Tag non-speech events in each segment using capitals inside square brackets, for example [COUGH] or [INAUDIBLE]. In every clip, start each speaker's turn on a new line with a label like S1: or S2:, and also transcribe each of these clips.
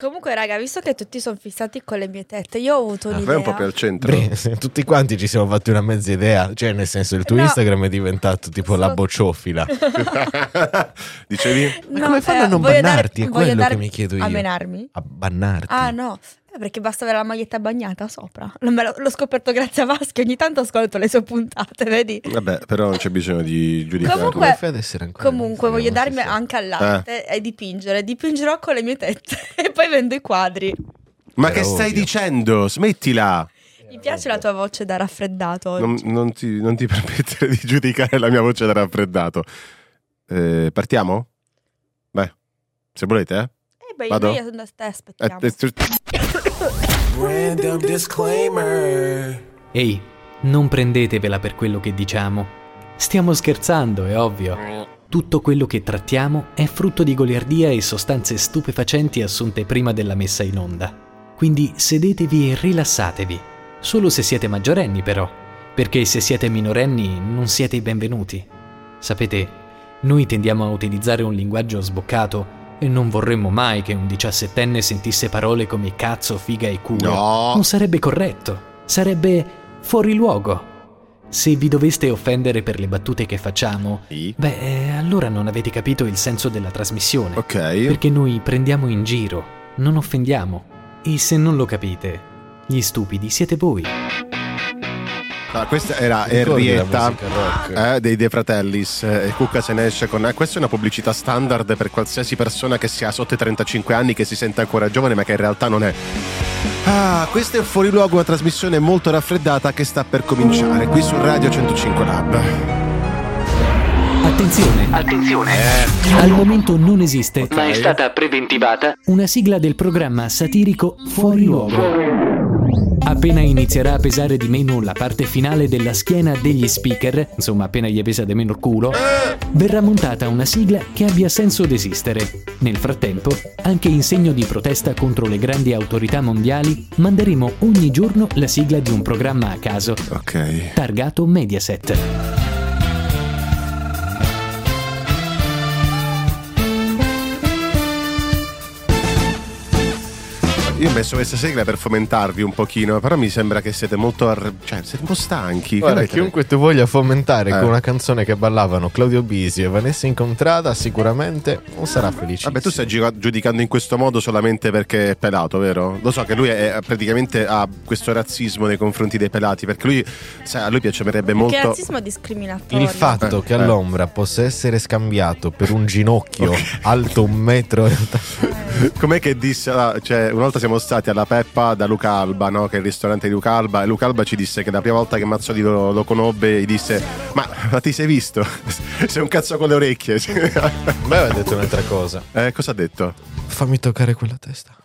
S1: Comunque, raga, visto che tutti sono fissati con le mie tette, io ho avuto
S2: Ah,
S1: un'idea.
S2: vai un po' più al centro.
S3: Bre, se [LAUGHS] tutti quanti ci siamo fatti una mezza idea. Cioè, nel senso, il tuo
S1: No.
S3: Instagram è diventato tipo la
S1: Sì.
S3: bocciofila.
S1: [LAUGHS]
S2: Dicevi?
S3: Ma come fanno a non
S1: cioè, voglio andare-
S3: bannarti? È
S1: voglio
S3: quello che
S1: andare
S3: mi chiedo
S1: A
S3: io.
S1: menarmi?
S3: A bannarti.
S1: Ah, no. Eh, Perché basta avere la maglietta bagnata sopra. Non me lo- L'ho scoperto grazie a Vaschi. Ogni tanto ascolto le sue puntate, vedi?
S2: Vabbè, però non c'è bisogno di giudicare.
S1: Comunque-
S3: Come fai ad essere ancora
S1: Comunque,
S3: in
S1: voglio darmi
S3: Instagram, se Eh. sei-
S1: anche al latte e dipingere. Dipingerò con le mie tette [LAUGHS] e poi vendo i quadri.
S2: Ma
S3: Era
S2: che stai
S3: ovvio.
S2: dicendo? Smettila!
S1: Mi piace la tua voce da raffreddato oggi.
S2: Non, non ti, non ti [LAUGHS] permettere di giudicare la mia voce da raffreddato. Eh, partiamo? Beh, se volete, eh.
S1: Eh beh,
S2: Vado?
S1: noi io sono da te,
S2: Eh,
S1: aspettiamo.
S2: eh, tu-
S4: Random disclaimer.
S5: Ehi, non prendetevela per quello che diciamo. Stiamo scherzando, è ovvio. Tutto quello che trattiamo è frutto di goliardia e sostanze stupefacenti assunte prima della messa in onda. Quindi sedetevi e rilassatevi. Solo se siete maggiorenni, però, perché se siete minorenni non siete i benvenuti. Sapete, noi tendiamo a utilizzare un linguaggio sboccato e non vorremmo mai che un diciassettenne sentisse parole come cazzo, figa e culo.
S2: No!
S5: Non sarebbe corretto, sarebbe fuori luogo. Se vi doveste offendere per le battute che facciamo,
S2: Sì.
S5: beh, eh, allora non avete capito il senso della trasmissione.
S2: Ok.
S5: Perché noi prendiamo in giro, non offendiamo. E se non lo capite, gli stupidi siete voi.
S2: Allora, Ah, questa era
S3: Ricordi la
S2: Henrietta.
S3: musica rock?
S2: eh, dei De Fratellis eh, e Cucca se ne esce con eh, questa è una pubblicità standard per qualsiasi persona che sia sotto i 35 anni che si sente ancora giovane ma che in realtà non è ah questa è fuori luogo una trasmissione molto raffreddata che sta per cominciare qui su Radio 105 Lab
S5: Attenzione! Eh.
S6: Attenzione,
S5: Al momento non esiste
S6: ma è stata preventivata
S5: una sigla del programma satirico Fuori Luogo. Appena inizierà a pesare di meno la parte finale della schiena degli speaker, insomma appena gli pesa di meno il culo, verrà montata una sigla che abbia senso d'esistere. Nel frattempo, anche in segno di protesta contro le grandi autorità mondiali, manderemo ogni giorno la sigla di un programma a caso,
S2: ok
S5: targato Mediaset.
S2: io ho messo questa sigla per fomentarvi un pochino però mi sembra che siete molto ar- cioè siete un po' stanchi
S3: Guarda,
S2: Capite?
S3: chiunque tu voglia fomentare
S2: Eh.
S3: con una canzone che ballavano Claudio Bisio e Vanessa Incontrada, sicuramente non sarà felice.
S2: Vabbè, tu stai giu- giudicando in questo modo solamente perché è pelato, vero? Lo so che lui è, praticamente ha questo razzismo nei confronti dei pelati, perché lui, sai, a lui piacerebbe
S1: Perché il
S2: molto.
S1: razzismo è discriminatorio.
S3: Il fatto
S2: Eh,
S3: che
S2: eh.
S3: all'ombra possa essere scambiato per un ginocchio alto un metro e [LAUGHS]
S2: [LAUGHS] Com'è che disse? ah, Cioè, una volta siamo stati alla Peppa da Luca Alba, no? Che è il ristorante di Luca Alba, e Luca Alba ci disse che la prima volta che Mazzoli lo, lo conobbe, gli disse: Ma, ma ti sei visto? [LAUGHS] sei un cazzo con le orecchie. [LAUGHS]
S3: Beh, aveva detto un'altra cosa.
S2: eh, cosa ha detto?
S3: Fammi toccare quella testa.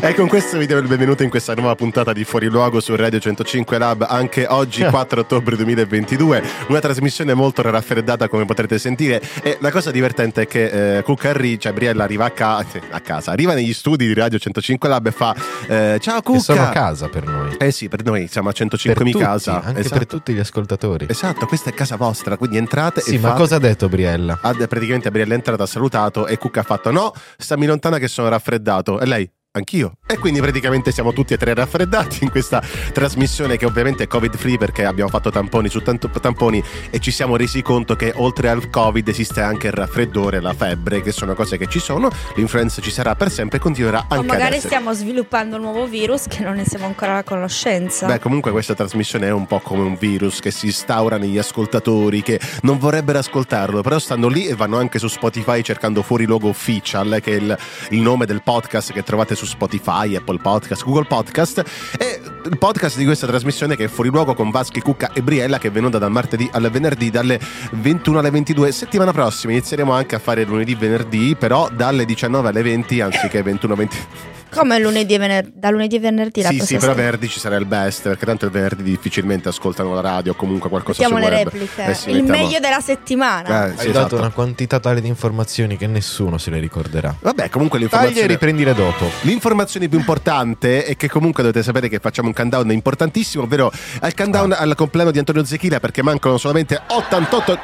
S2: E con questo vi diamo il benvenuto in questa nuova puntata di Fuori Luogo su Radio 105 Lab, anche oggi
S3: Eh.
S2: 4 ottobre 2022, una trasmissione molto raffreddata come potrete sentire e la cosa divertente è che eh, Cuccarri, cioè Briella arriva a, ca- a casa, arriva negli studi di Radio 105 Lab e fa eh, ciao
S3: Che sono a
S2: Cucca!
S3: casa per noi.
S2: Eh sì, per noi siamo a
S3: Per
S2: 105
S3: tutti,
S2: casa.
S3: anche
S2: esatto.
S3: per tutti gli ascoltatori.
S2: Esatto, questa è casa vostra, quindi entrate
S3: Sì,
S2: e
S3: ma
S2: fate-
S3: cosa ha detto Briella?
S2: ha- praticamente Briella è entrata, ha salutato e Cucca ha fatto no, stammi lontana che sono raffreddato e lei anch'io e quindi praticamente siamo tutti e tre raffreddati in questa trasmissione che ovviamente è covid free perché abbiamo fatto tamponi su tanto- tamponi e ci siamo resi conto che oltre al covid esiste anche il raffreddore, la febbre che sono cose che ci sono, l'influenza ci sarà per sempre e continuerà
S1: O
S2: anche ad
S1: magari
S2: essere.
S1: stiamo sviluppando un nuovo virus che non ne siamo ancora alla conoscenza.
S2: Beh, comunque questa trasmissione è un po' come un virus che si instaura negli ascoltatori che non vorrebbero ascoltarlo, però stanno lì e vanno anche su Spotify cercando fuori logo official, che è il, il nome del podcast che trovate su Spotify, Apple Podcast, Google Podcast e il podcast di questa trasmissione che è fuori luogo con Vaschi, Cucca e Briella che è venuta dal martedì al venerdì dalle 21 alle 22. Settimana prossima inizieremo anche a fare lunedì venerdì, però dalle 19 alle 20 anziché 21-20.
S1: Come lunedì e vener- da lunedì e venerdì la
S2: Sì, sì,
S1: prossima
S2: però
S1: settimana.
S2: venerdì ci sarà il best, perché tanto il venerdì difficilmente ascoltano la radio o comunque qualcosa
S1: Mettiamo
S2: su
S1: le
S2: web.
S1: repliche.
S2: Eh sì,
S1: il
S2: mettiamo-
S1: meglio della settimana.
S2: Eh, sì,
S3: Hai
S2: esatto.
S3: dato una quantità tale di informazioni che nessuno se le ricorderà.
S2: Vabbè, comunque
S3: Taglia e
S2: l'informazione...
S3: riprendile dopo.
S2: L'informazione più importante è che comunque dovete sapere che facciamo un countdown importantissimo, ovvero al countdown al compleanno di Antonio Zechina perché mancano solamente 88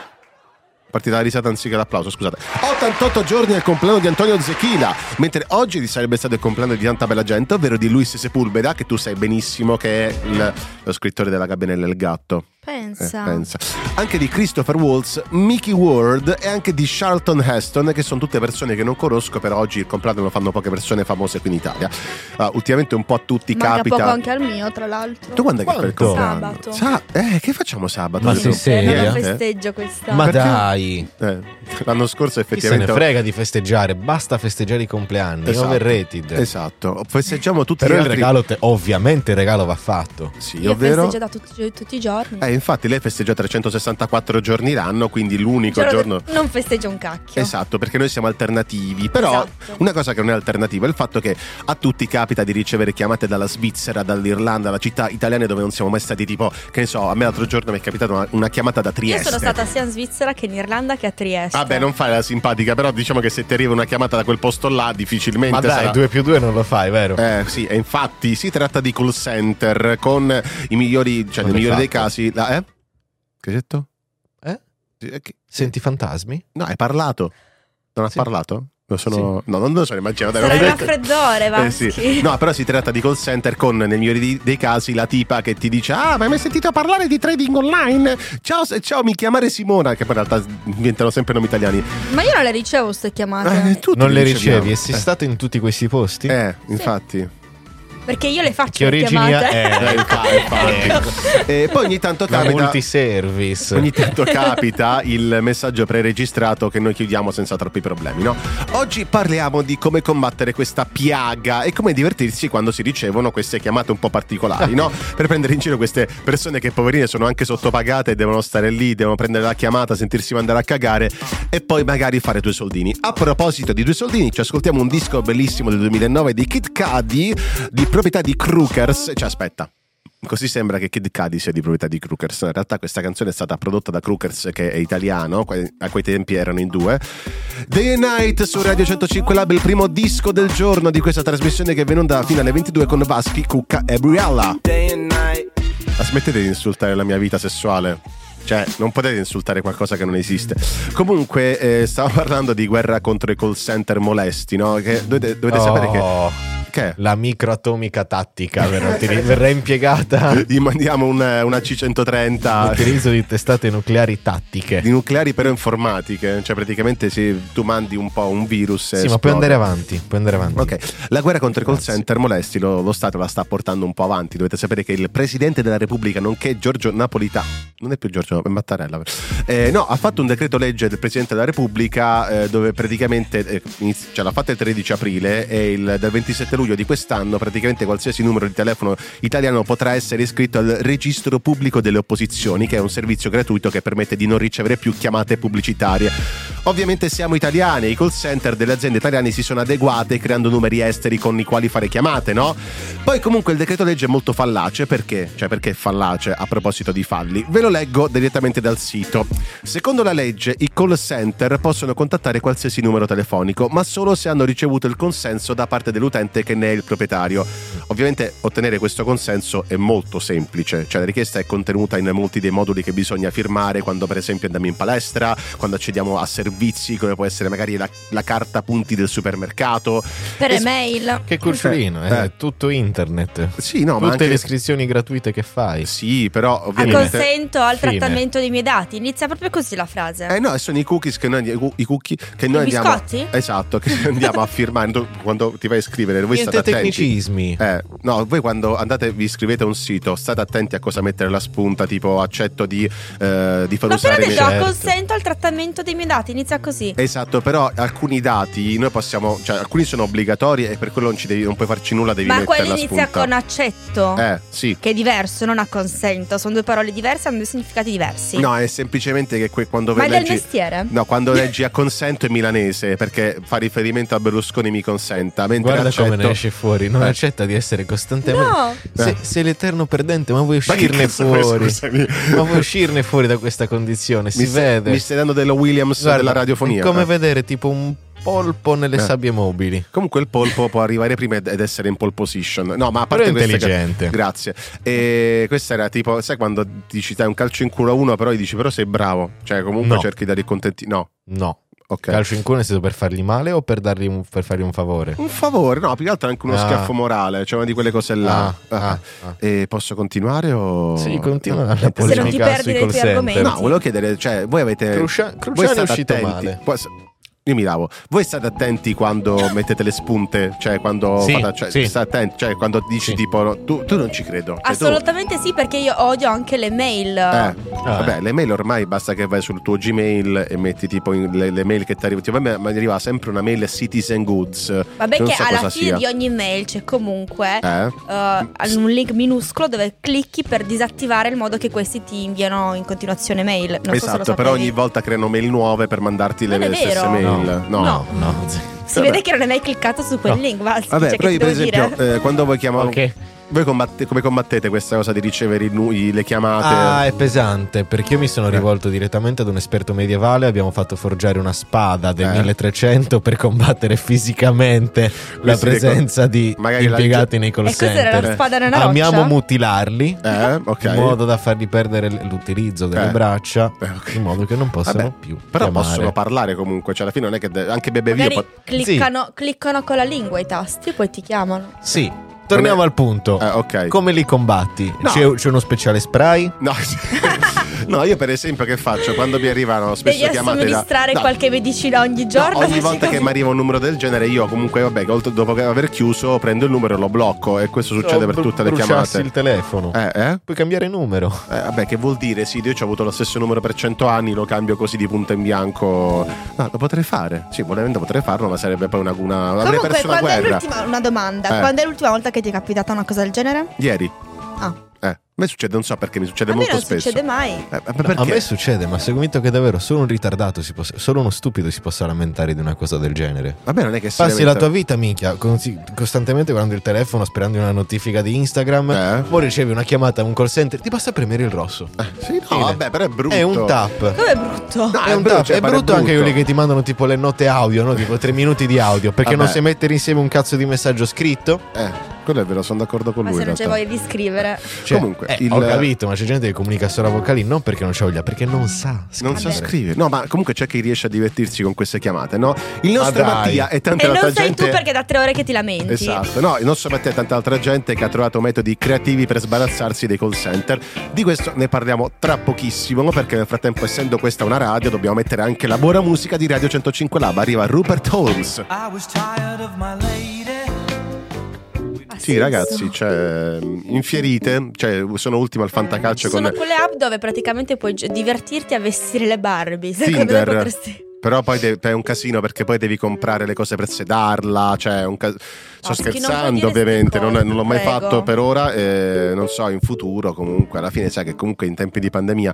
S2: partita la risata anziché l'applauso, scusate. 88 giorni al compleanno di Antonio Zechila, mentre oggi sarebbe stato il compleanno di tanta bella gente, ovvero di Luis Sepulveda, che tu sai benissimo che è il- lo scrittore della Gabinella del Gatto. Eh,
S1: Pensa.
S2: pensa. Anche di Christopher Waltz, Mickey Ward e anche di Charlton Heston, che sono tutte persone che non conosco, però oggi il compleanno lo fanno poche persone famose qui in Italia. Ah, ultimamente un po' a tutti
S1: Manca
S2: capita.
S1: poco anche al mio, tra l'altro.
S2: Tu quando è che fai il
S3: Quanto?
S2: compleanno?
S1: Sabato.
S2: Sa- eh, che facciamo sabato?
S3: Ma
S2: Tu?
S3: sei
S1: Eh,
S3: seria?
S1: Non lo
S2: Eh?
S1: festeggio quest'anno.
S3: Ma
S2: Perché?
S3: dai,
S2: Eh, l'anno scorso
S3: chi se ne
S2: effettivamente...
S3: frega di festeggiare, basta festeggiare i compleanni,
S2: Esatto.
S3: overrated.
S2: Esatto, festeggiamo tutti
S3: Però
S2: gli
S3: il
S2: altri...
S3: regalo, te- ovviamente il regalo va fatto.
S2: Sì,
S1: Io
S2: ovvero...
S1: festeggio da tutti, tutti i giorni.
S2: Eh, infatti lei festeggia 364 giorni l'anno, quindi l'unico
S1: Giorno-
S2: giorno...
S1: Non festeggio un cacchio.
S2: Esatto, perché noi siamo alternativi, però
S1: Esatto.
S2: una cosa che non è alternativa è il fatto che a tutti capita di ricevere chiamate dalla Svizzera, dall'Irlanda, da città italiane dove non siamo mai stati tipo, che ne so, a me l'altro giorno mi è capitata una, una chiamata da
S1: Io
S2: Trieste.
S1: sono stata sia in Svizzera che in Irlanda che a Trieste.
S2: Vabbè, Ah, non fai la simpatica, però diciamo che se ti arriva una chiamata da quel posto là, difficilmente
S3: Ma dai,
S2: sarà-
S3: 2 più 2 non lo fai, vero?
S2: Eh, sì, e infatti si tratta di call center con i migliori, cioè
S3: Con
S2: nel
S3: le
S2: migliore dei
S3: fatte.
S2: casi. la- eh? Che hai detto?
S3: Eh?
S2: Eh, che-
S3: Senti fantasmi?
S2: No, hai parlato. Non ha
S3: Sì.
S2: parlato? Lo sono... No, non lo sono immaginato.
S1: Sarà il
S2: Ecco.
S1: raffreddore,
S2: Eh,
S1: Vaschi.
S2: sì. No, però si tratta di call center con, nel migliore di- dei casi, la tipa che ti dice Ah, ma hai mai sentito parlare di trading online? Ciao, se- ciao mi chiamare Simona, che poi in realtà diventano sempre nomi italiani.
S1: Ma io non le ricevo queste chiamate.
S2: Eh, tutti
S3: non le
S2: li riceviamo.
S3: ricevi? E sei stato in tutti questi posti?
S2: Eh, eh, infatti.
S1: Perché io le faccio
S3: Che
S1: le
S3: origini ha?
S1: chiamate.
S3: Eh,
S2: Eh, [LAUGHS] infatti,
S1: Ecco.
S2: infatti. E poi ogni tanto
S3: La
S2: capita...
S3: multiservice.
S2: Ogni tanto capita il messaggio preregistrato che noi chiudiamo senza troppi problemi, no? Oggi parliamo di come combattere questa piaga e come divertirsi quando si ricevono queste chiamate un po' particolari, no? Per prendere in giro queste persone che poverine sono anche sottopagate e devono stare lì, devono prendere la chiamata, sentirsi mandare a cagare e poi magari fare due soldini. A proposito di due soldini, ci ascoltiamo un disco bellissimo del 2009 di Kid Cudi di proprietà di Crookers. Cioè, aspetta. Così sembra che Kid Cudi sia di proprietà di Crookers. In realtà questa canzone è stata prodotta da Crookers, che è italiano, que- a quei tempi erano in due. Day and Night su Radio 105 Lab, il primo disco del giorno di questa trasmissione che è venuta fino alle 22 con Vaschi, Cucca e Briella.
S4: Day and night.
S2: Ma smettete di insultare la mia vita sessuale. Cioè, non potete insultare qualcosa che non esiste. Comunque, eh, stavo parlando di guerra contro i call center molesti, no? Che dovete, dovete sapere che...
S3: Oh,
S2: che
S3: [LAUGHS] La microatomica tattica verrà, utili- verrà
S2: [LAUGHS]
S3: impiegata
S2: gli mandiamo un, una C130
S3: all'utilizzo di testate nucleari tattiche.
S2: di nucleari però informatiche, cioè praticamente se tu mandi un po' un virus e
S3: Sì, ma
S2: esplode.
S3: puoi andare avanti, puoi andare avanti.
S2: Ok, la guerra contro i call
S3: Grazie.
S2: center molesti lo, lo Stato la sta portando un po' avanti. Dovete sapere che il presidente della Repubblica, nonché Giorgio Napolitano, non è più Giorgio, è Mattarella, eh, no, ha fatto un decreto legge del presidente della Repubblica eh, dove praticamente, eh, inizi- cioè l'ha fatta il 13 aprile e il, dal 27 luglio di quest'anno praticamente qualsiasi numero di telefono italiano potrà essere iscritto al registro pubblico delle opposizioni, che è un servizio gratuito che permette di non ricevere più chiamate pubblicitarie. Ovviamente siamo italiani, i call center delle aziende italiane si sono adeguate creando numeri esteri con i quali fare chiamate, no? Poi comunque il decreto legge è molto fallace, perché? Cioè perché è fallace a proposito di falli? Ve lo leggo direttamente dal sito. Secondo la legge i call center possono contattare qualsiasi numero telefonico, ma solo se hanno ricevuto il consenso da parte dell'utente che ne è il proprietario. Ovviamente ottenere questo consenso è molto semplice, cioè la richiesta è contenuta in molti dei moduli che bisogna firmare quando per esempio andiamo in palestra, quando accediamo a servizi come può essere magari la, la carta punti del supermercato.
S1: [LAUGHS] Per
S2: Es-
S1: email.
S3: Che cucciolino, eh,
S2: Eh.
S3: tutto internet.
S2: Sì, no, ma
S3: Tutte
S2: anche...
S3: le iscrizioni gratuite che fai.
S2: Sì, però
S1: A
S2: ovviamente...
S1: consento al
S3: Fine.
S1: trattamento dei miei dati. Inizia proprio così la frase.
S2: Eh no, sono i cookies che noi, i cu- i cookie che noi
S1: I
S2: andiamo.
S1: biscotti?
S2: Esatto, che andiamo a firmare. Tu, Quando ti vai a scrivere, voi state
S3: Niente
S2: attenti.
S3: tecnicismi.
S2: Eh, no, voi quando andate vi iscrivete a un sito, state attenti a cosa mettere la spunta, tipo accetto di, eh, di far
S1: Ma però
S2: usare i miei
S1: detto a
S3: certo.
S1: consento al trattamento dei miei dati. Inizia così.
S2: Esatto, però alcuni dati noi possiamo, cioè alcuni sono obbligatori e per quello non, ci devi, non puoi farci nulla, devi
S1: Ma
S2: mettere
S1: quello
S2: la
S1: inizia
S2: spunta.
S1: con accetto.
S2: Eh, sì.
S1: Che è diverso, non a consento. Sono due parole diverse, hanno due significati diversi.
S2: No, è semplicemente che que- quando
S1: Ma è
S2: ve
S1: del
S2: leggi
S1: mestiere.
S2: No,
S1: [LAUGHS]
S2: quando leggi a consento è milanese, perché fa riferimento a Berlusconi mi consenta, mentre
S3: Guarda
S2: accetto...
S3: come ne esce fuori, non
S2: Eh.
S3: accetta di essere costantemente.
S1: No,
S3: Se- sei l'eterno perdente, ma vuoi
S2: Ma che
S3: uscirne
S2: cazzo vuoi,
S3: fuori?
S2: scusami?
S3: Ma vuoi uscirne fuori da questa condizione? Si
S2: mi, stai-
S3: vede.
S2: mi stai dando della Williams
S3: Guarda,
S2: della radiofonia.
S3: È come
S2: Eh.
S3: vedere tipo un polpo nelle
S2: Eh.
S3: sabbie mobili.
S2: Comunque il polpo può arrivare prima ed ed essere in pole position. No, ma a parte
S3: Però è
S2: queste ca-
S3: intelligente.
S2: Grazie. E questa era tipo, sai quando dici dai un calcio in culo a uno, però gli dici però sei bravo. Cioè comunque
S3: No.
S2: cerchi di dare contenti. No,
S3: No,
S2: ok.
S3: calcio in culo nel senso per fargli male o per, dargli un- per fargli un favore?
S2: Un favore, no, più che altro anche uno
S3: Ah.
S2: schiaffo morale, cioè una di quelle cose là.
S3: Ah, ah, ah.
S2: E posso continuare o...
S3: Sì, continua la
S2: Eh,
S1: non ti
S3: polemica
S1: perdi
S3: sui
S1: nei
S3: call
S1: tuoi
S3: center.
S2: No,
S1: argomenti.
S2: no, volevo chiedere, cioè voi avete...
S3: Crucia-
S2: voi
S3: Cruciano è
S2: state
S3: uscito
S2: attenti.
S3: male.
S2: Poi- Io mi lavo. Voi state attenti quando mettete le spunte, cioè quando
S3: Sì,
S2: fate- cioè,
S3: sì.
S2: state attenti, cioè quando dici
S3: Sì.
S2: tipo no, tu, tu non ci credo. Cioè, tu-
S1: Assolutamente sì, perché io odio anche le mail.
S2: Eh,
S3: Ah,
S2: vabbè, le mail ormai basta che vai sul tuo Gmail e metti tipo in- le, le mail che ti arrivano. Tipo, a me mi arriva sempre una mail Citizen Goods.
S1: Vabbè,
S2: non
S1: che
S2: so cosa
S1: alla fine
S2: sia.
S1: di ogni mail c'è comunque
S2: Eh?
S1: eh, un link minuscolo dove clicchi per disattivare il modo che questi ti inviano in continuazione mail. Non so se lo
S2: esatto, però ogni
S1: sapevi.
S2: volta creano mail nuove per mandarti le,
S1: Non è
S2: le stesse
S1: vero.
S2: mail.
S1: No.
S3: no, no.
S1: Si
S2: Vabbè.
S1: vede che non hai mai cliccato su quel
S3: No.
S1: link, Vals.
S2: Vabbè,
S1: cioè,
S2: però
S1: che
S2: io
S1: ti
S2: per
S1: devo
S2: esempio,
S1: dire?
S2: eh, quando voi chiamate,
S3: Ok.
S2: voi combatte- come combattete questa cosa di ricevere i nu- i- le chiamate?
S3: Ah, è pesante perché io mi sono
S2: Eh.
S3: rivolto direttamente ad un esperto medievale. Abbiamo fatto forgiare una spada del
S2: Eh.
S3: 1300 per combattere fisicamente la
S2: Questi dei co-
S3: presenza di
S2: magari la-
S3: impiegati nei call
S1: E questa era la
S3: center.
S1: spada cioè. nella roccia?
S3: Amiamo mutilarli
S2: Eh, ok.
S3: in modo da fargli perdere l- l'utilizzo delle
S2: Eh.
S3: braccia,
S2: Eh, ok.
S3: in modo che non possano
S2: Vabbè,
S3: più.
S2: Però
S3: chiamare.
S2: possono parlare comunque, cioè alla fine non è che de- anche Bebe Vio
S1: Magari
S2: può-
S1: cliccano, cliccano con la lingua i tasti e poi ti chiamano.
S3: Sì, torniamo
S2: Non è-
S3: al punto.
S2: Eh, ok.
S3: Come li combatti?
S2: No.
S3: C'è, c'è uno speciale spray?
S2: No. [LAUGHS] No, io per esempio che faccio Ah, cioè, quando mi arrivano spesso
S1: Devi
S2: chiamate da
S1: somministrare
S2: No,
S1: qualche medicina ogni giorno.
S2: No, ogni
S1: così
S2: volta che mi
S1: come-
S2: arriva un numero del genere, io comunque, vabbè, che oltre- dopo che aver chiuso, prendo il numero e lo blocco. E questo succede per
S3: Oh, Bru-
S2: tutte le
S3: bruciassi
S2: chiamate.
S3: il telefono.
S2: Eh, eh?
S3: Puoi cambiare numero.
S2: Eh, vabbè, che vuol dire? Sì, io ci ho avuto lo stesso numero per 100 anni, lo cambio così di punto in bianco. No, lo potrei fare. Sì, volendo potrei farlo, ma sarebbe poi una. una avrei
S1: Comunque,
S2: perso una
S1: quando è
S2: guerra.
S1: l'ultima una domanda?
S2: Eh.
S1: Quando è l'ultima volta che ti è capitata una cosa del genere?
S2: Ieri.
S1: Ah,
S2: Eh, a me succede, non so perché mi succede
S1: a me
S2: molto
S1: non
S2: spesso.
S1: succede mai.
S2: Eh, ma
S3: No,
S2: perché?
S3: a me succede, ma sono convinto che davvero solo un ritardato si possa, solo uno stupido si possa lamentare di una cosa del genere.
S2: Vabbè, non è che si
S3: Passi
S2: lamenta-
S3: la tua vita, minchia, così- costantemente guardando il telefono, sperando in una notifica di Instagram.
S2: Eh.
S3: Poi ricevi una chiamata a un call center, ti basta premere il rosso.
S2: Eh, Sì, no,
S3: Fine.
S2: vabbè, però è brutto.
S3: È un tap.
S1: Com'è brutto?
S2: No,
S3: è, un
S2: brutto,
S3: tap.
S2: cioè,
S3: è
S2: pare
S3: brutto anche quelli che ti mandano tipo le note audio, no? tipo tre minuti di audio, perché non
S2: Vabbè.
S3: sai mettere insieme un cazzo di messaggio scritto.
S2: Eh, quello è vero, sono d'accordo con
S1: Ma
S2: lui.
S1: se
S2: in
S1: non c'è
S2: realtà.
S1: voglia di scrivere.
S3: Cioè,
S2: Comunque,
S3: eh,
S2: il-
S3: ho capito, ma c'è gente che comunica solo a vocali non perché non c'ha voglia, perché non sa.
S2: Non sa
S1: Vabbè.
S2: scrivere. No, ma comunque c'è chi riesce a divertirsi con queste chiamate, no? Il nostro
S3: dai.
S2: Mattia e tanta
S1: E
S2: altra
S1: non sei
S2: gente.
S1: tu perché da tre ore che ti lamenti.
S2: Esatto, no, il nostro Mattia e tanta altra gente che ha trovato metodi creativi per sbarazzarsi dei call center. Di questo ne parliamo tra pochissimo, perché nel frattempo, essendo questa una radio, dobbiamo mettere anche la buona musica di Radio 105 Lab. Arriva Rupert Holmes.
S4: I was tired of my lady.
S1: Ha
S2: Sì,
S1: senso.
S2: ragazzi, cioè, infierite, cioè, sono ultimo al fantacalcio
S1: Sono
S2: con
S1: quelle app dove praticamente puoi gio- divertirti a vestire le Barbie. Secondo me
S2: Tinder.
S1: potresti.
S2: Però poi de- è un casino perché poi devi comprare le cose per sedarla. Cioè, è un cas- sto
S1: Ah, sì, che non puoi
S2: scherzando,
S1: dire
S2: ovviamente,
S1: ste
S2: non,
S1: cose,
S2: non l'ho mai
S1: prego.
S2: fatto per ora. eh, non so, in futuro, comunque, alla fine sai che comunque in tempi di pandemia.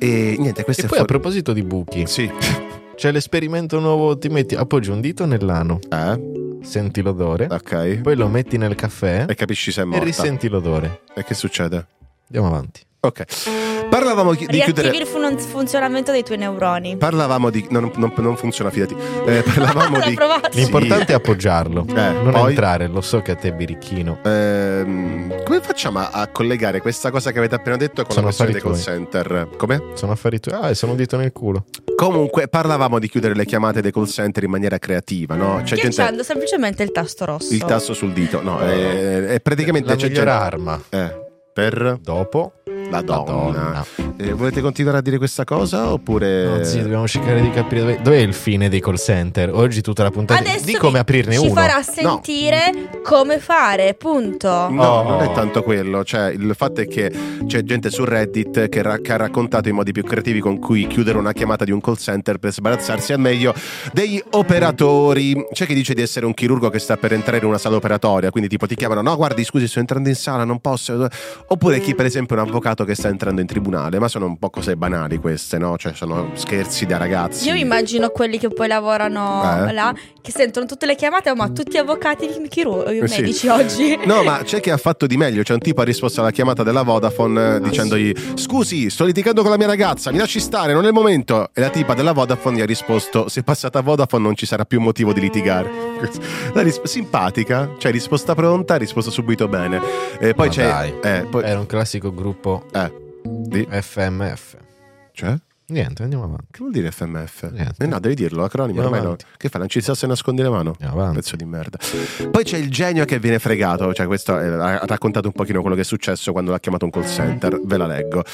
S2: E niente, questo
S3: E
S2: è
S3: poi a
S2: fuori-
S3: proposito di buchi, [LAUGHS]
S2: Sì,
S3: c'è l'esperimento nuovo, ti metti, appoggi un dito nell'ano,
S2: eh,
S3: senti l'odore,
S2: ok.
S3: poi lo metti nel caffè
S2: Ah. E capisci se è
S3: e
S2: morta.
S3: risenti l'odore.
S2: E che succede?
S3: Andiamo avanti.
S2: Ok. Parlavamo chi- di
S1: Riattivi
S2: chiudere.
S1: il fun- funzionamento dei tuoi neuroni.
S2: [LAUGHS] Parlavamo di. No, non, non- non funziona, fidati.
S1: [LAUGHS]
S2: Eh, parlavamo
S1: L'ho
S2: di.
S1: provato.
S2: Sì. Eh,
S3: L'importante è appoggiarlo, non
S2: poi?
S3: entrare, lo so che a te birichino.
S2: Ehm, come facciamo a, a collegare questa cosa che avete appena detto con
S3: Sono
S2: la questione dei
S3: affari
S2: call
S3: tuoi.
S2: center? Come?
S3: Sono affari tuoi. Ah, e sono un dito nel culo.
S2: Comunque parlavamo di chiudere le chiamate dei call center in maniera creativa, no? C'è gente
S1: Schiacciando semplicemente il tasto rosso.
S2: il tasto sul dito, no? È, è praticamente
S3: Eh, La
S2: c'è
S3: miglior
S2: gente-
S3: arma.
S2: eh, per
S3: Dopo
S2: la
S3: la
S2: donna.
S3: donna.
S2: Eh, volete continuare a dire questa cosa oppure
S3: No, zio, dobbiamo cercare di capire dove, dov'è il fine dei call center. Oggi tutta la puntata
S1: Adesso
S3: di come
S1: vi-
S3: aprirne
S1: ci
S3: uno.
S1: farà sentire come fare, punto.
S2: No,
S3: Oh.
S2: non è tanto quello, cioè il fatto è che c'è gente su Reddit che, ra- che ha raccontato i modi più creativi con cui chiudere una chiamata di un call center per sbarazzarsi al meglio degli operatori. C'è chi dice di essere un chirurgo che sta per entrare in una sala operatoria, quindi tipo ti chiamano "No, guardi, scusi, sto entrando in sala, non posso". Oppure chi per esempio è un avvocato avvocato che sta entrando in tribunale, ma sono un po' cose banali queste, no? Cioè sono scherzi da ragazzi.
S1: Io mi immagino quelli che poi lavorano
S2: Eh.
S1: là, che sentono tutte le chiamate, "Oh, ma tutti avvocati chirurghi,
S2: Eh sì.
S1: medici oggi.
S2: [LAUGHS] No, ma c'è chi ha fatto di meglio. C'è un tipo che ha risposto alla chiamata della Vodafone eh, dicendogli: Scusi, sto litigando con la mia ragazza, mi lasci stare, non è il momento. E la tipa della Vodafone gli ha risposto: Se è passata Vodafone non ci sarà più motivo di litigare. [LAUGHS] La ris- simpatica, cioè risposta pronta, risposta subito bene. E poi
S3: Ma
S2: c'è.
S3: dai.
S2: eh, poi-
S3: Era un classico gruppo
S2: eh, di-
S3: FMF.
S2: cioè?
S3: Niente, andiamo avanti.
S2: Che vuol dire FMF?
S3: Niente.
S2: Eh, no, devi dirlo, acronimo.
S3: Andiamo
S2: ormai no.
S3: avanti.
S2: Che fa? Non ci sa se nascondi le mano.
S3: Andiamo avanti.
S2: Pezzo di merda. Poi c'è il genio che viene fregato. Cioè, questo eh, ha raccontato un pochino quello che è successo quando l'ha chiamato un call center. Ve la leggo.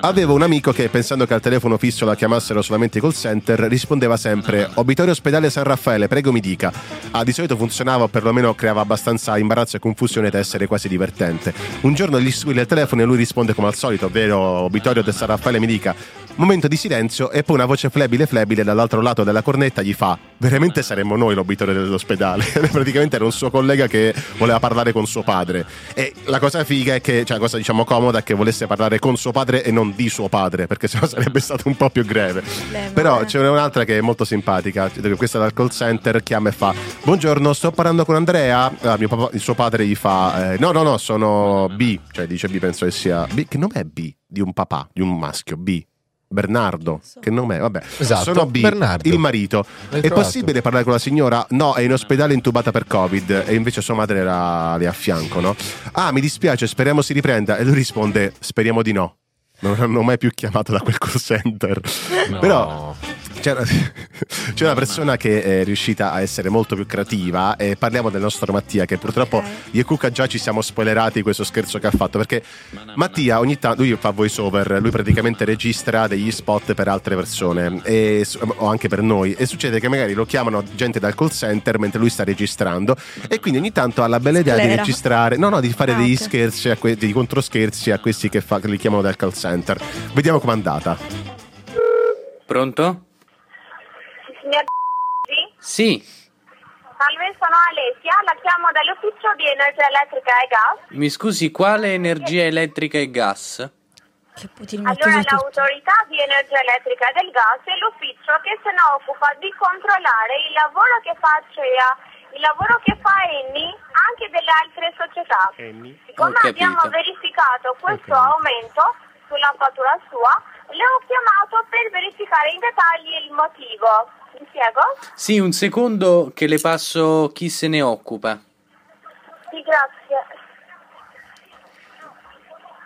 S2: Avevo un amico che, pensando che al telefono fisso la chiamassero solamente i call center, rispondeva sempre: Obitorio ospedale San Raffaele, prego mi dica. Ah, di solito funzionava, o perlomeno creava abbastanza imbarazzo e confusione da essere quasi divertente. Un giorno gli squilla il telefono e lui risponde come al solito, ovvero Obitorio de San Raffaele mi dica. Momento di silenzio e poi una voce flebile flebile dall'altro lato della cornetta gli fa veramente saremmo noi l'obitorio dell'ospedale [LAUGHS] praticamente era un suo collega che voleva parlare con suo padre e la cosa figa è che cioè la cosa diciamo comoda è che volesse parlare con suo padre e non di suo padre perché sennò sarebbe stato un po' più greve
S1: Problema,
S2: però
S1: eh.
S2: c'è un'altra che è molto simpatica questa dal call center chiama e fa buongiorno sto parlando con Andrea Ah, mio papà- il suo padre gli fa eh, no no no sono B cioè dice B penso che sia B che nome è B di un papà di un maschio B Bernardo, che nome è? Vabbè,
S3: Esatto,
S2: sono B,
S3: Bernardo.
S2: il marito.
S3: L'hai
S2: È
S3: trovato?
S2: possibile parlare con la signora? No, è in ospedale intubata per Covid e invece sua madre era lì a fianco, no? Ah, mi dispiace, speriamo si riprenda. E lui risponde, speriamo di no. Non hanno mai più chiamato da quel call center. Però c'era, [LAUGHS] c'è una persona che è riuscita a essere molto più creativa e parliamo del nostro Mattia che purtroppo
S1: Ok.
S2: io e Cucca già ci siamo spoilerati questo scherzo che ha fatto perché Mattia ogni tanto lui fa voice over, lui praticamente registra degli spot per altre persone e su- o anche per noi e succede che magari lo chiamano gente dal call center mentre lui sta registrando e quindi ogni tanto ha la bella idea di
S1: Sclera.
S2: registrare, no no, di fare
S1: Ah,
S2: degli
S1: ok.
S2: scherzi, a que- dei controscherzi a questi che, fa- che li chiamano dal call center. Vediamo com'è andata.
S7: Pronto?
S8: Signor Sì,
S7: Sì,
S8: salve, sono Alessia, la chiamo dall'ufficio di energia elettrica e gas.
S7: mi scusi, quale energia elettrica e gas?
S1: Che
S7: Mm,
S1: Putin mi
S8: Allora
S1: ha chiuso tutto.
S8: l'autorità di energia elettrica e del gas è l'ufficio che se ne occupa di controllare il lavoro che fa CEA, il lavoro che fa ENI, anche delle altre società.
S7: Ho
S8: Siccome
S7: capito.
S8: abbiamo verificato questo aumento sulla fattura sua, le ho chiamato per verificare in dettagli il motivo. Mi spiego?
S7: Sì, un secondo che le passo chi se ne occupa.
S8: Sì, grazie.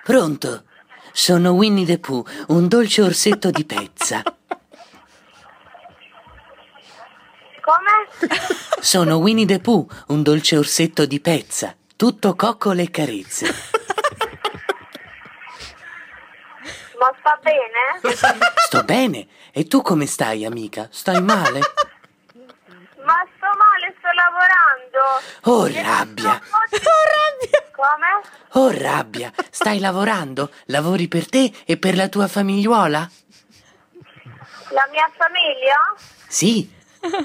S9: Pronto? Sono Winnie the Pooh, un dolce orsetto di pezza.
S8: Come?
S7: [LAUGHS]
S9: Sono Winnie the Pooh, un dolce orsetto di pezza. Tutto coccole e carezze.
S8: Ma sta bene?
S9: Sto bene. E tu come stai, amica? Stai male?
S8: Ma sto male, sto lavorando.
S9: Oh, rabbia.
S1: [LAUGHS]
S8: Come?
S9: Oh, rabbia. Stai lavorando? Lavori per te e per la tua famigliuola?
S8: La mia famiglia?
S9: Sì.
S8: Eh, sì. No,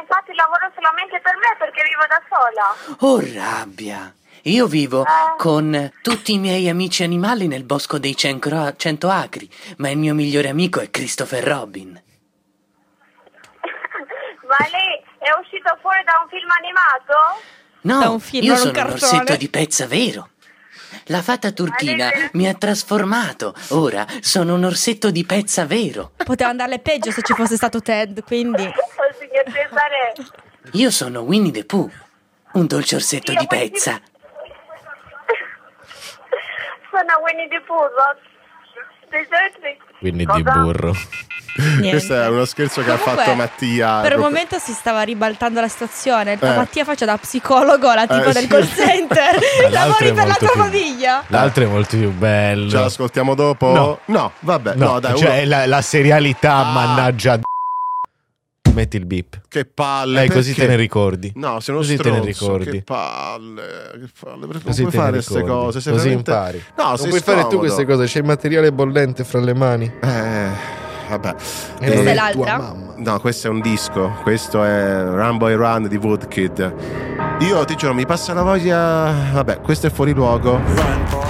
S8: infatti lavoro solamente per me perché vivo da sola.
S9: Oh, rabbia. Io vivo con tutti i miei amici animali nel bosco dei cencro- cento acri, ma il mio migliore amico è Christopher Robin.
S8: Ma lei è uscito fuori da un film animato?
S1: Da
S9: No,
S1: un film,
S9: io
S1: non un
S9: sono un
S1: cartone.
S9: orsetto di pezza vero. La fata turchina mi ha trasformato. Ora sono un orsetto di pezza vero.
S1: Poteva andarle peggio se ci fosse stato Ted,
S8: [LAUGHS]
S1: quindi...
S8: Oh, signor Cesare.
S9: Io sono Winnie the Pooh, un dolce orsetto
S8: Io
S9: di
S8: Winnie-
S9: pezza.
S8: [LAUGHS] Sono Winnie the Pooh.
S3: Quindi di
S8: Cosa?
S3: burro.
S1: Niente.
S2: Questo è uno scherzo che ha
S1: Comunque,
S2: fatto Mattia.
S1: Per un
S2: proprio-
S1: momento si stava ribaltando la situazione.
S2: Eh.
S1: La Mattia faccia da psicologo alla tipa
S2: Eh,
S1: del
S2: sì.
S1: call
S2: [LAUGHS]
S1: center. [LAUGHS]
S3: Ma l'altro
S1: Lavori
S3: è
S1: per la
S3: molto
S1: tua
S3: più-
S1: famiglia.
S3: L'altro è molto più bello.
S2: Ce l'ascoltiamo dopo?
S3: No.
S2: vabbè, no,
S3: No,
S2: dai,
S3: cioè
S2: uno-
S3: la, la serialità,
S2: Ah.
S3: mannaggia. d- Metti il beep.
S2: che palle.
S3: Lei così
S2: perché?
S3: te ne ricordi.
S2: No, se non
S3: Così te ne ricordi.
S2: Che palle, che palle. Perché
S3: Così te
S2: non
S3: ne
S2: puoi fare queste
S3: ricordi.
S2: cose? sei
S3: Così
S2: veramente-
S3: impari.
S2: No,
S3: non
S2: sei
S3: puoi fare tu
S2: scomodo.
S3: queste cose, c'è il materiale bollente fra le mani. E
S2: Eh, vabbè. Eh,
S3: non
S1: è
S3: è
S1: l'altra?
S3: tua mamma.
S2: No, questo è un disco. Questo è Run Boy Run di Woodkid. Io ti giuro, mi passa la voglia. Vabbè, questo è fuori luogo.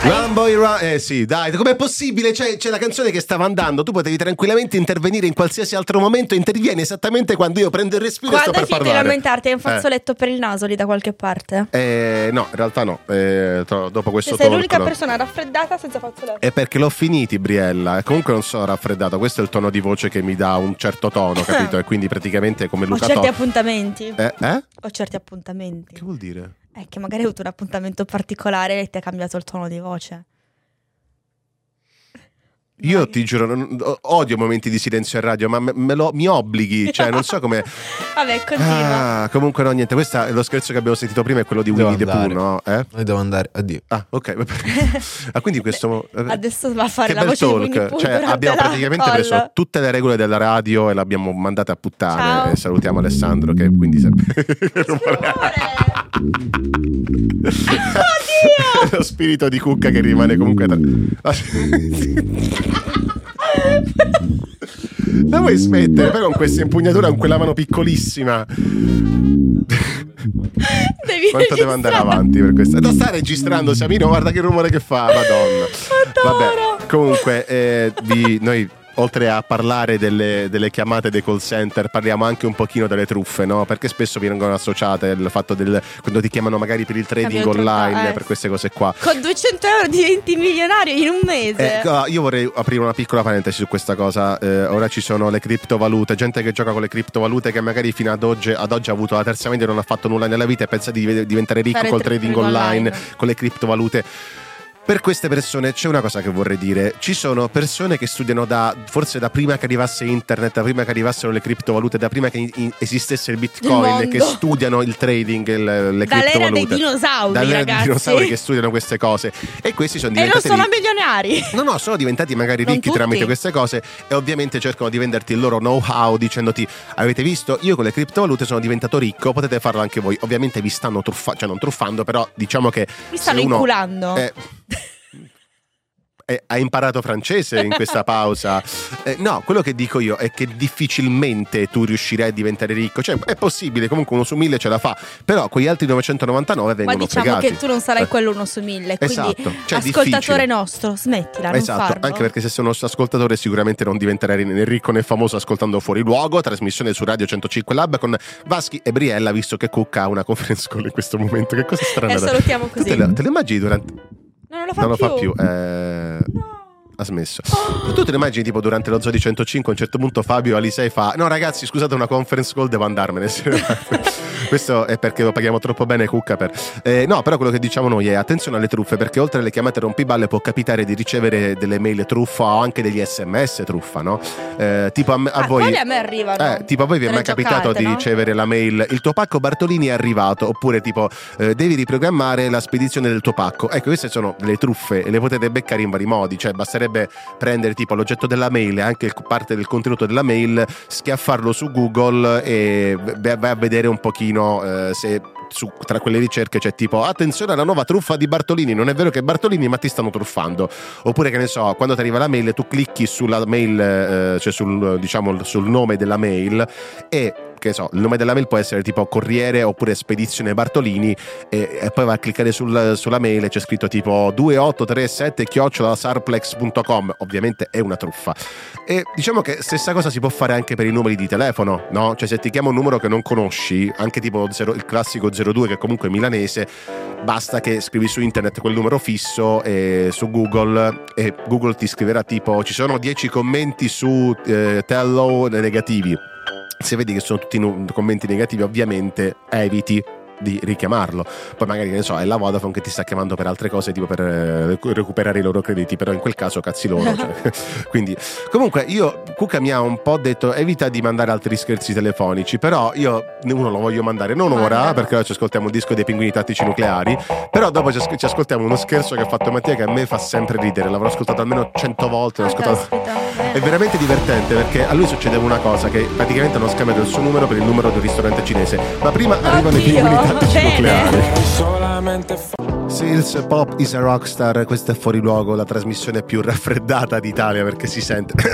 S2: Run boy run. Eh sì, dai, com'è possibile? C'è, c'è la canzone che stava andando, tu potevi tranquillamente intervenire in qualsiasi altro momento, intervieni esattamente quando io prendo il respiro e sto
S1: Quando
S2: per
S1: finito di
S2: parlare.
S1: lamentarti hai un
S2: Eh.
S1: fazzoletto per il naso lì da qualche parte?
S2: Eh, no, in realtà no. Eh, tro- dopo questo
S1: Cioè, sei
S2: talk
S1: l'unica
S2: lo-
S1: persona raffreddata senza fazzoletto.
S2: È perché l'ho finiti, Briella. E Comunque non sono raffreddato. Questo è il tono di voce che mi dà un certo tono, capito? E quindi praticamente come
S1: Ho
S2: Luca
S1: certi
S2: Tocca.
S1: appuntamenti.
S2: Eh, eh?
S1: Ho certi appuntamenti.
S2: Che vuol dire?
S1: È che magari hai avuto un appuntamento particolare e ti ha cambiato il tono di voce.
S2: Io ti giuro, non- o- odio momenti di silenzio in radio, ma me- me lo-
S1: [LAUGHS]
S2: mi obblighi, cioè non so come...
S1: Vabbè, continua.
S2: Ah, comunque no, niente, questo è lo scherzo che abbiamo sentito prima, è quello di Winnie the
S3: Devo
S2: Pooh,
S3: andare.
S2: no? Eh?
S3: Noi devo andare, addio.
S2: Ah, ok.
S1: [LAUGHS]
S2: ah, quindi in questo... mo-
S1: Adesso va a fare
S2: che
S1: la
S2: bel
S1: voce
S2: talk.
S1: di Winnie Pooh
S2: Cioè,
S1: durante
S2: abbiamo
S1: la
S2: praticamente
S1: call.
S2: preso tutte le regole della radio e le abbiamo mandate a puttane.
S1: Ciao.
S2: E salutiamo Alessandro, che quindi... [LAUGHS] se- [LAUGHS]
S1: Signore!
S2: [LAUGHS] lo spirito di cucca che rimane comunque tra... [LAUGHS] La vuoi smettere? Poi con questa impugnatura con quella mano piccolissima.
S1: Devi [LAUGHS]
S2: Quanto devo andare
S1: registrare.
S2: avanti per questa? Lo sta registrando Samino, guarda che rumore che fa, madonna.
S1: Adoro.
S2: Vabbè, comunque eh, vi- noi oltre a parlare delle, delle chiamate dei call center parliamo anche un pochino delle truffe, no? Perché spesso vengono associate il fatto del quando ti chiamano magari per il trading
S1: Abbiamo truffato,
S2: online,
S1: eh.
S2: per queste cose qua.
S1: Con 200 euro diventi milionario in un mese.
S2: Eh, ah, io vorrei aprire una piccola parentesi su questa cosa. Eh, ora ci sono le criptovalute, gente che gioca con le criptovalute che magari fino ad oggi, ad oggi ha avuto la terza media e non ha fatto nulla nella vita e pensa di div- diventare ricco
S1: Fare
S2: col
S1: tra-
S2: trading online, con le criptovalute. Per queste persone c'è una cosa che vorrei dire, ci sono persone che studiano da, forse da prima che arrivasse internet, da prima che arrivassero le criptovalute, da prima che in- in- esistesse il bitcoin,
S1: mondo.
S2: che studiano il trading, il- le
S1: Dall'era dei
S2: criptovalute.
S1: dinosauri,
S2: Dall'era dei
S1: ragazzi.
S2: dinosauri che studiano queste cose e questi sono
S1: e non
S2: diventati
S1: sono
S2: ricchi.
S1: milionari.
S2: No, no, sono diventati magari
S1: Non
S2: ricchi
S1: tutti.
S2: tramite queste cose e ovviamente cercano di venderti il loro know-how dicendoti avete visto io con le criptovalute sono diventato ricco, potete farlo anche voi. Ovviamente vi stanno truffando, cioè non truffando, però diciamo che...
S1: Mi stanno
S2: se uno-
S1: inculando. [LAUGHS]
S2: eh, eh, hai imparato francese in questa pausa? Eh, no, quello che dico io è che difficilmente tu riuscirai a diventare ricco. Cioè, è possibile, comunque uno su mille ce la fa, però quegli altri 999
S1: Ma
S2: vengono
S1: diciamo
S2: fregati.
S1: che tu non sarai
S2: Eh.
S1: quello uno su mille. Quindi,
S2: Esatto, cioè, è
S1: ascoltatore
S2: difficile.
S1: nostro, smettila,
S2: Esatto,
S1: non farlo.
S2: anche perché se sei uno ascoltatore sicuramente non diventerai né ricco né famoso ascoltando fuori luogo, trasmissione su Radio 105 Lab con Vaschi e Briella, visto che Cucca ha una conference call in questo momento. Che cosa strana.
S1: E Eh, salutiamo
S2: Tu
S1: così.
S2: Te, la- te le immagini durante...
S1: No, non lo fa
S2: Non lo
S1: più.
S2: fa più. eh,
S1: No.
S2: Ha smesso. Tu te le immagini tipo durante lo zoo di 105 a un certo punto Fabio Alisei fa no ragazzi scusate una conference call devo andarmene. [LAUGHS] Questo è perché lo paghiamo troppo bene Cucca per... Eh, no, però quello che diciamo noi è attenzione alle truffe perché oltre alle chiamate rompiballe può capitare di ricevere delle mail truffa o anche degli sms truffa, no? Eh, tipo a, me- a
S1: Ah,
S2: voi...
S1: quelli a me arrivano.
S2: Eh, tipo a voi vi è
S1: Te
S2: mai
S1: le
S2: capitato
S1: giocate,
S2: di
S1: no?
S2: ricevere la mail il tuo pacco Bartolini è arrivato oppure tipo eh, devi riprogrammare la spedizione del tuo pacco ecco queste sono le truffe e le potete beccare in vari modi cioè basterebbe prendere tipo l'oggetto della mail e anche il- parte del contenuto della mail schiaffarlo su Google e v- vai a vedere un pochino eh, se su- tra quelle ricerche c'è tipo attenzione alla nuova truffa di Bartolini non è vero che è Bartolini ma ti stanno truffando oppure che ne so quando ti arriva la mail tu clicchi sulla mail eh, cioè sul, diciamo, sul nome della mail e che ne so, il nome della mail può essere tipo Corriere oppure Spedizione Bartolini e, e poi va a cliccare sul- sulla mail e c'è scritto tipo 2837 sarplex.com ovviamente è una truffa e diciamo che stessa cosa si può fare anche per i numeri di telefono no? cioè se ti chiama un numero che non conosci anche tipo zero- il classico 02 che comunque è milanese basta che scrivi su internet quel numero fisso e su Google e Google ti scriverà tipo ci sono 10 commenti su eh, Tello negativi se vedi che sono tutti nu- commenti negativi ovviamente eviti di richiamarlo poi magari che ne so è la Vodafone che ti sta chiamando per altre cose tipo per eh, recu- recuperare i loro crediti però in quel caso cazzi loro cioè. [LAUGHS] quindi comunque io Cuca mi ha un po' detto evita di mandare altri scherzi telefonici però io uno lo voglio mandare non ora
S1: Mandalo.
S2: perché ora ci ascoltiamo un disco dei pinguini tattici nucleari però dopo ci, as- ci ascoltiamo uno scherzo che ha fatto Mattia che a me fa sempre ridere l'avrò ascoltato almeno 100 volte l'ho
S1: Ah,
S2: ascoltato
S1: caspita,
S2: è
S1: bene.
S2: veramente divertente perché a lui succedeva una cosa che praticamente hanno scambiato il suo numero per il numero di un ristorante cinese. Ma prima arrivano i
S1: Oddio,
S2: pinguini
S1: va
S2: tattici
S1: bene.
S2: nucleari. Sales Pop is a Rockstar, questa è fuori luogo, la trasmissione più raffreddata d'Italia perché si sente. [COUGHS]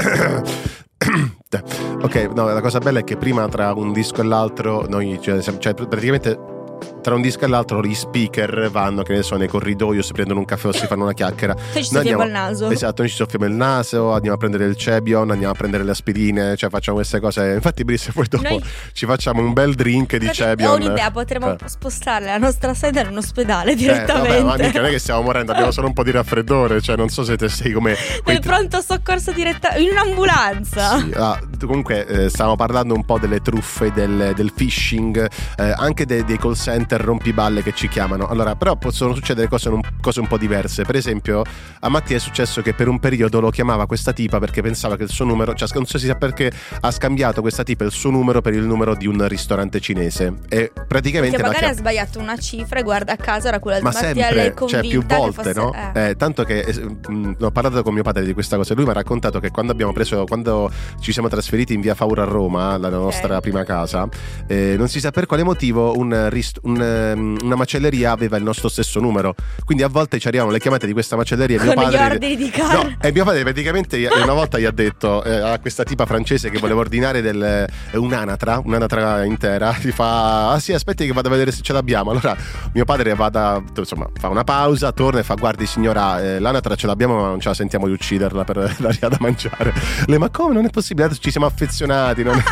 S2: ok, no, la cosa bella è che prima tra un disco e l'altro noi cioè, siamo- cioè, praticamente tra un disco e l'altro gli speaker vanno, che ne so, nei corridoi o si prendono un caffè o si fanno una chiacchiera.
S1: Poi ci soffiamo
S2: andiamo-
S1: il naso.
S2: Esatto, noi ci soffiamo il naso, andiamo a prendere il Cebion, andiamo a prendere le aspirine, cioè facciamo queste cose. Infatti, Brice, poi dopo
S1: Noi-
S2: ci facciamo un bel drink di
S1: Infatti,
S2: Cebion.
S1: Ho un'idea, potremmo
S2: Eh.
S1: spostare la nostra sede in un ospedale [LAUGHS]
S2: Eh,
S1: direttamente.
S2: vabbè, ma mica non è che stiamo morendo, abbiamo solo un po' di raffreddore, cioè non so se te sei come... quei-
S1: [LAUGHS] Nel pronto soccorso diretta in un'ambulanza.
S2: Sì, ah, comunque eh, stavamo parlando un po' delle truffe, del, del phishing, eh, anche dei, dei call center rompiballe che ci chiamano. Allora, però possono succedere cose un, cose un po' diverse. Per esempio, a Mattia è successo che per un periodo lo chiamava questa tipa perché pensava che il suo numero, cioè non so se sia perché ha scambiato questa tipa il suo numero per il numero di un ristorante cinese. E praticamente
S1: Perché
S2: la
S1: magari
S2: chiama-
S1: ha sbagliato una cifra e guarda a caso era quella di
S2: ma
S1: Mattia
S2: sempre,
S1: lei
S2: cioè
S1: convinta
S2: più volte,
S1: che fosse...
S2: no?
S1: eh.
S2: Eh, tanto che eh, mh, ho parlato con mio padre di questa cosa. Lui mi ha raccontato che quando abbiamo preso, quando ci siamo trasferiti in via Faura a Roma, la nostra prima casa, eh, non si sa per quale motivo un rist- un, ehm, una macelleria aveva il nostro stesso numero. Quindi a volte ci arrivano le chiamate di questa macelleria. e
S1: Con
S2: mio
S1: gli
S2: padre,
S1: ordini di carta.
S2: No, e mio padre praticamente gli- una volta gli ha detto eh, a questa tipa francese che voleva ordinare del, eh, un'anatra, un'anatra intera, gli fa ah sì aspetti che vado a vedere se ce l'abbiamo. Allora mio padre va da, insomma, fa una pausa, torna e fa guardi signora eh, l'anatra ce l'abbiamo ma non ce la sentiamo di ucciderla per [LAUGHS] l'aria da mangiare. Lei ma come non è possibile? Adesso Ci siamo affezionati. non è-"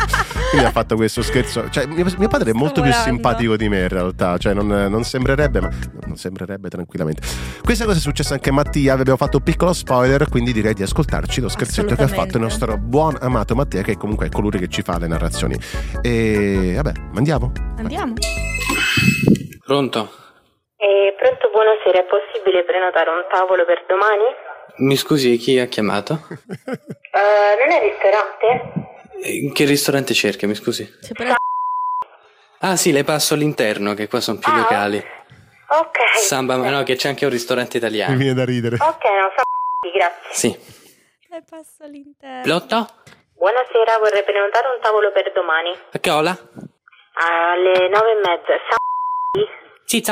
S2: Quindi ha fatto questo scherzo. Cioè mio, mio padre è
S1: Sto
S2: molto più
S1: volando.
S2: simpatico di me in realtà, cioè non, non sembrerebbe, ma non sembrerebbe tranquillamente. Questa cosa è successa anche a Mattia, vi abbiamo fatto un piccolo spoiler, quindi direi di ascoltarci lo scherzetto che ha fatto il
S1: Assolutamente.
S2: nostro buon amato Mattia, che comunque è colui che ci fa le narrazioni. E vabbè, andiamo.
S1: Andiamo.
S7: Pronto?
S8: pronto, buonasera, è possibile prenotare un tavolo per domani?
S7: Mi scusi, chi
S1: [LAUGHS]
S7: ha chiamato?
S8: non è ristorante?
S7: Eh, Che ristorante cerca, mi scusi?
S1: Cioè, però-
S7: Ah sì, le passo all'interno, che qua sono più
S8: Ah.
S7: locali.
S8: Ok.
S7: Samba, ma no, che c'è anche un
S2: [LAUGHS]
S7: ristorante
S2: Mi
S7: italiano.
S2: viene da ridere.
S8: Ok, non so, grazie.
S7: [LAUGHS] Sì.
S1: Eh, passo all'interno. [LAUGHS]
S7: Pronto?
S8: Buonasera, vorrei prenotare un tavolo per domani.
S7: A che ola?
S8: Alle nove e mezza,
S7: Sì, za- [LAUGHS]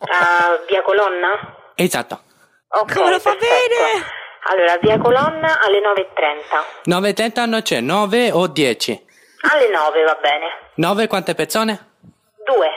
S8: a via Colonna?
S7: Esatto.
S8: Ok,
S1: Come lo fa
S8: perfetto.
S1: bene?
S8: Allora, via Colonna alle 9.30.
S7: 9.30 non c'è, 9 o 10?
S8: Alle 9 va bene.
S7: 9 quante persone?
S8: Due.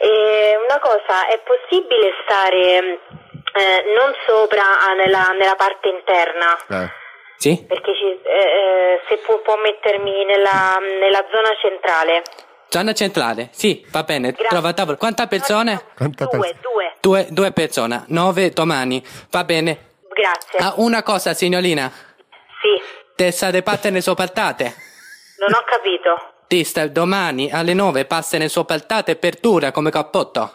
S8: E una cosa, è possibile stare eh, non sopra ah, nella, nella parte interna?
S2: Eh,
S7: Sì?
S8: Perché ci- eh, eh, se può, può mettermi nella, nella zona centrale.
S7: Zona centrale, sì, va bene,
S8: Grazie.
S7: trova tavolo. Quante persone?
S2: Quanta
S8: due,
S2: pers-
S8: due.
S7: Due, due persone, 9 domani, va bene.
S8: Grazie.
S7: Ah, una cosa, signorina,
S8: Sì,
S7: testa di patterne sopaltate.
S8: non ho capito.
S7: Tista domani alle 9 passene sopaltate per dura come cappotto.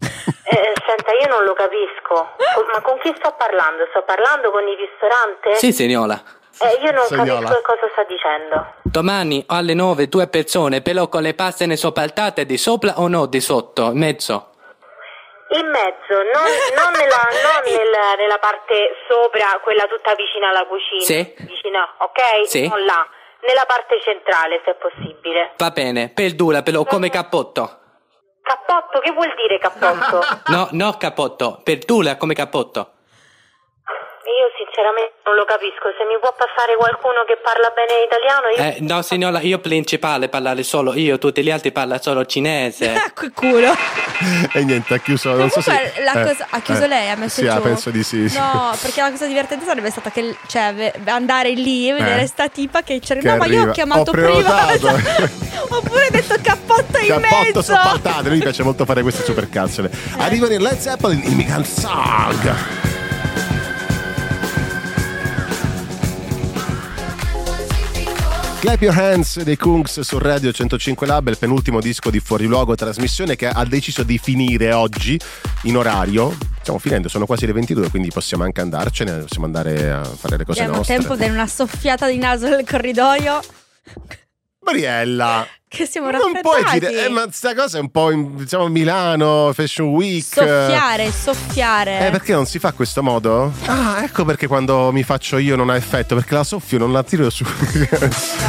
S8: Eh, senta, io non lo capisco. Con- ma con chi sto parlando? Sto parlando con il ristorante?
S7: Sì, signora.
S8: Eh, io non
S2: Signora.
S8: capisco cosa sta dicendo.
S7: Domani alle 9 due persone, però con le passene sopaltate di sopra o no di sotto, in mezzo.
S8: In mezzo, non, non nella, non nel- nella parte sopra, quella tutta vicina alla cucina.
S7: Sì.
S8: Vicina, ok?
S7: Sì.
S8: Non là, nella parte centrale, se è possibile.
S7: Va bene, per dura però come cappotto.
S8: Cappotto, che vuol dire cappotto?
S7: [LAUGHS] No, no cappotto, per dura come cappotto.
S8: Io sinceramente non lo capisco. Se mi può passare qualcuno che parla bene italiano, io...
S7: Eh, no signora, io principale parlare solo io, tutti gli altri parlano solo
S1: [LAUGHS]
S7: cinese.
S1: Ah, che culo.
S2: E niente, ha chiuso. Non so se,
S1: Comunque la
S2: eh,
S1: cosa- ha chiuso
S2: eh,
S1: lei, ha messo
S2: sì,
S1: giù.
S2: ah, penso di sì. sì.
S1: No, perché la cosa divertente sarebbe stata che, cioè, ave- andare lì e vedere
S2: Eh.
S1: sta tipa che c'era.
S2: Che
S1: no, ma io
S2: arriva.
S1: ho chiamato
S2: Ho
S1: prima. [LAUGHS]
S2: prenotato.
S1: Oppure ha detto cappotto in
S2: Cappotto
S1: mezzo. Eh.
S2: sopportato, lui piace molto fare queste supercazzole. Arrivano i Led Zeppelin, i Migan Song. Clap Your Hands dei Kungs su Radio 105 Lab, il penultimo disco di Fuoriluogo, trasmissione che ha deciso di finire oggi in orario. Stiamo finendo, sono quasi le 22, quindi possiamo anche andarcene, possiamo andare a fare le cose
S1: Abbiamo
S2: nostre.
S1: tempo di dare una soffiata di naso nel corridoio.
S2: Mariella,
S1: Che siamo
S2: non
S1: raffreddati.
S2: puoi dire, eh, ma sta cosa è un po' in, diciamo Milano, Fashion Week.
S1: Soffiare, soffiare.
S2: Eh, perché non si fa a questo modo? Ah, ecco perché quando mi faccio io non ha effetto, perché la soffio, non la tiro su. [LAUGHS]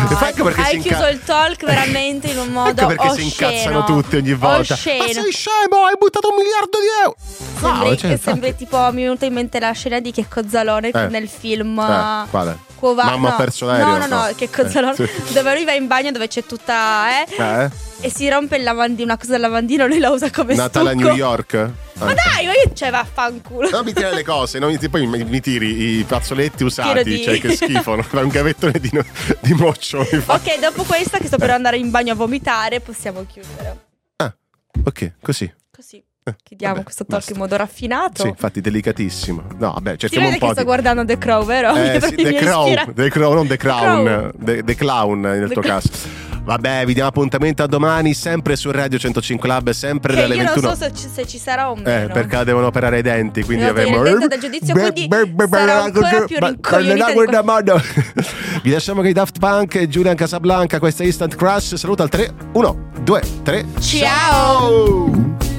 S1: No,
S2: Fa ecco perché
S1: hai
S2: si inca-
S1: chiuso il talk veramente in un modo
S2: [LAUGHS] Ecco perché si
S1: osceno.
S2: incazzano tutti ogni volta.
S1: Osceno.
S2: Ma sei scemo, hai buttato un miliardo di euro.
S1: sembri,
S2: No, cioè,
S1: che sembri
S2: infatti.
S1: tipo mi è venuta in mente la scena di Checco Zalone
S2: Eh.
S1: nel film
S2: Eh, quale?
S1: Cuova-
S2: Mamma
S1: no.
S2: ha perso l'aereo,
S1: No, no, no,
S2: no.
S1: Checco
S2: Eh,
S1: Zalone
S2: sì.
S1: [LAUGHS] dove lui va in bagno dove c'è tutta eh, [LAUGHS]
S2: Eh?
S1: e si rompe il lavandino, una cosa del lavandino, lui la usa come
S2: Natale a
S1: stucco.
S2: New York?
S1: Ma dai, ma io cioè vaffanculo.
S2: Non mi tirare le cose, non mi- poi mi, mi tiri i fazzoletti
S1: Tiro
S2: usati,
S1: di-
S2: cioè che
S1: [LAUGHS]
S2: schifo, no? Fai un gavettone di, no- di moccio. mi fa.
S1: Ok, dopo questa che sto per andare in bagno a vomitare, possiamo chiudere.
S2: Ok, così. Eh,
S1: Così. Chiudiamo
S2: vabbè,
S1: questo talk
S2: basta.
S1: in modo raffinato.
S2: Sì, infatti delicatissimo. No, vabbè,
S1: Si
S2: cerchiamo
S1: vede
S2: un
S1: che
S2: po'
S1: sto
S2: di...
S1: guardando The Crow, [LAUGHS] vero? Mi
S2: Eh,
S1: dovrei-
S2: sì, The
S1: mi ispira-
S2: Crown, The Crown, non The Crown,
S1: Crown.
S2: The, The Clown nel
S1: The
S2: tuo
S1: Crown.
S2: caso. Vabbè, vi diamo appuntamento a domani, sempre su Radio 105 Lab, sempre
S1: Che
S2: dalle
S1: io non
S2: 21.
S1: so se ci, se ci sarà o meno.
S2: Eh, perché la devono operare i denti, quindi
S1: Devono
S2: avremo.
S1: togliere il dente dal giudizio, quindi sarà ancora più
S2: Ma-
S1: rincoglionita di
S2: guarda,
S1: quel-
S2: mano. [LAUGHS] Vi lasciamo con i Daft Punk e Julian Casablanca, questa è Instant Crush. Saluta al 3, 1, 2, 3.
S1: Ciao!
S2: Ciao!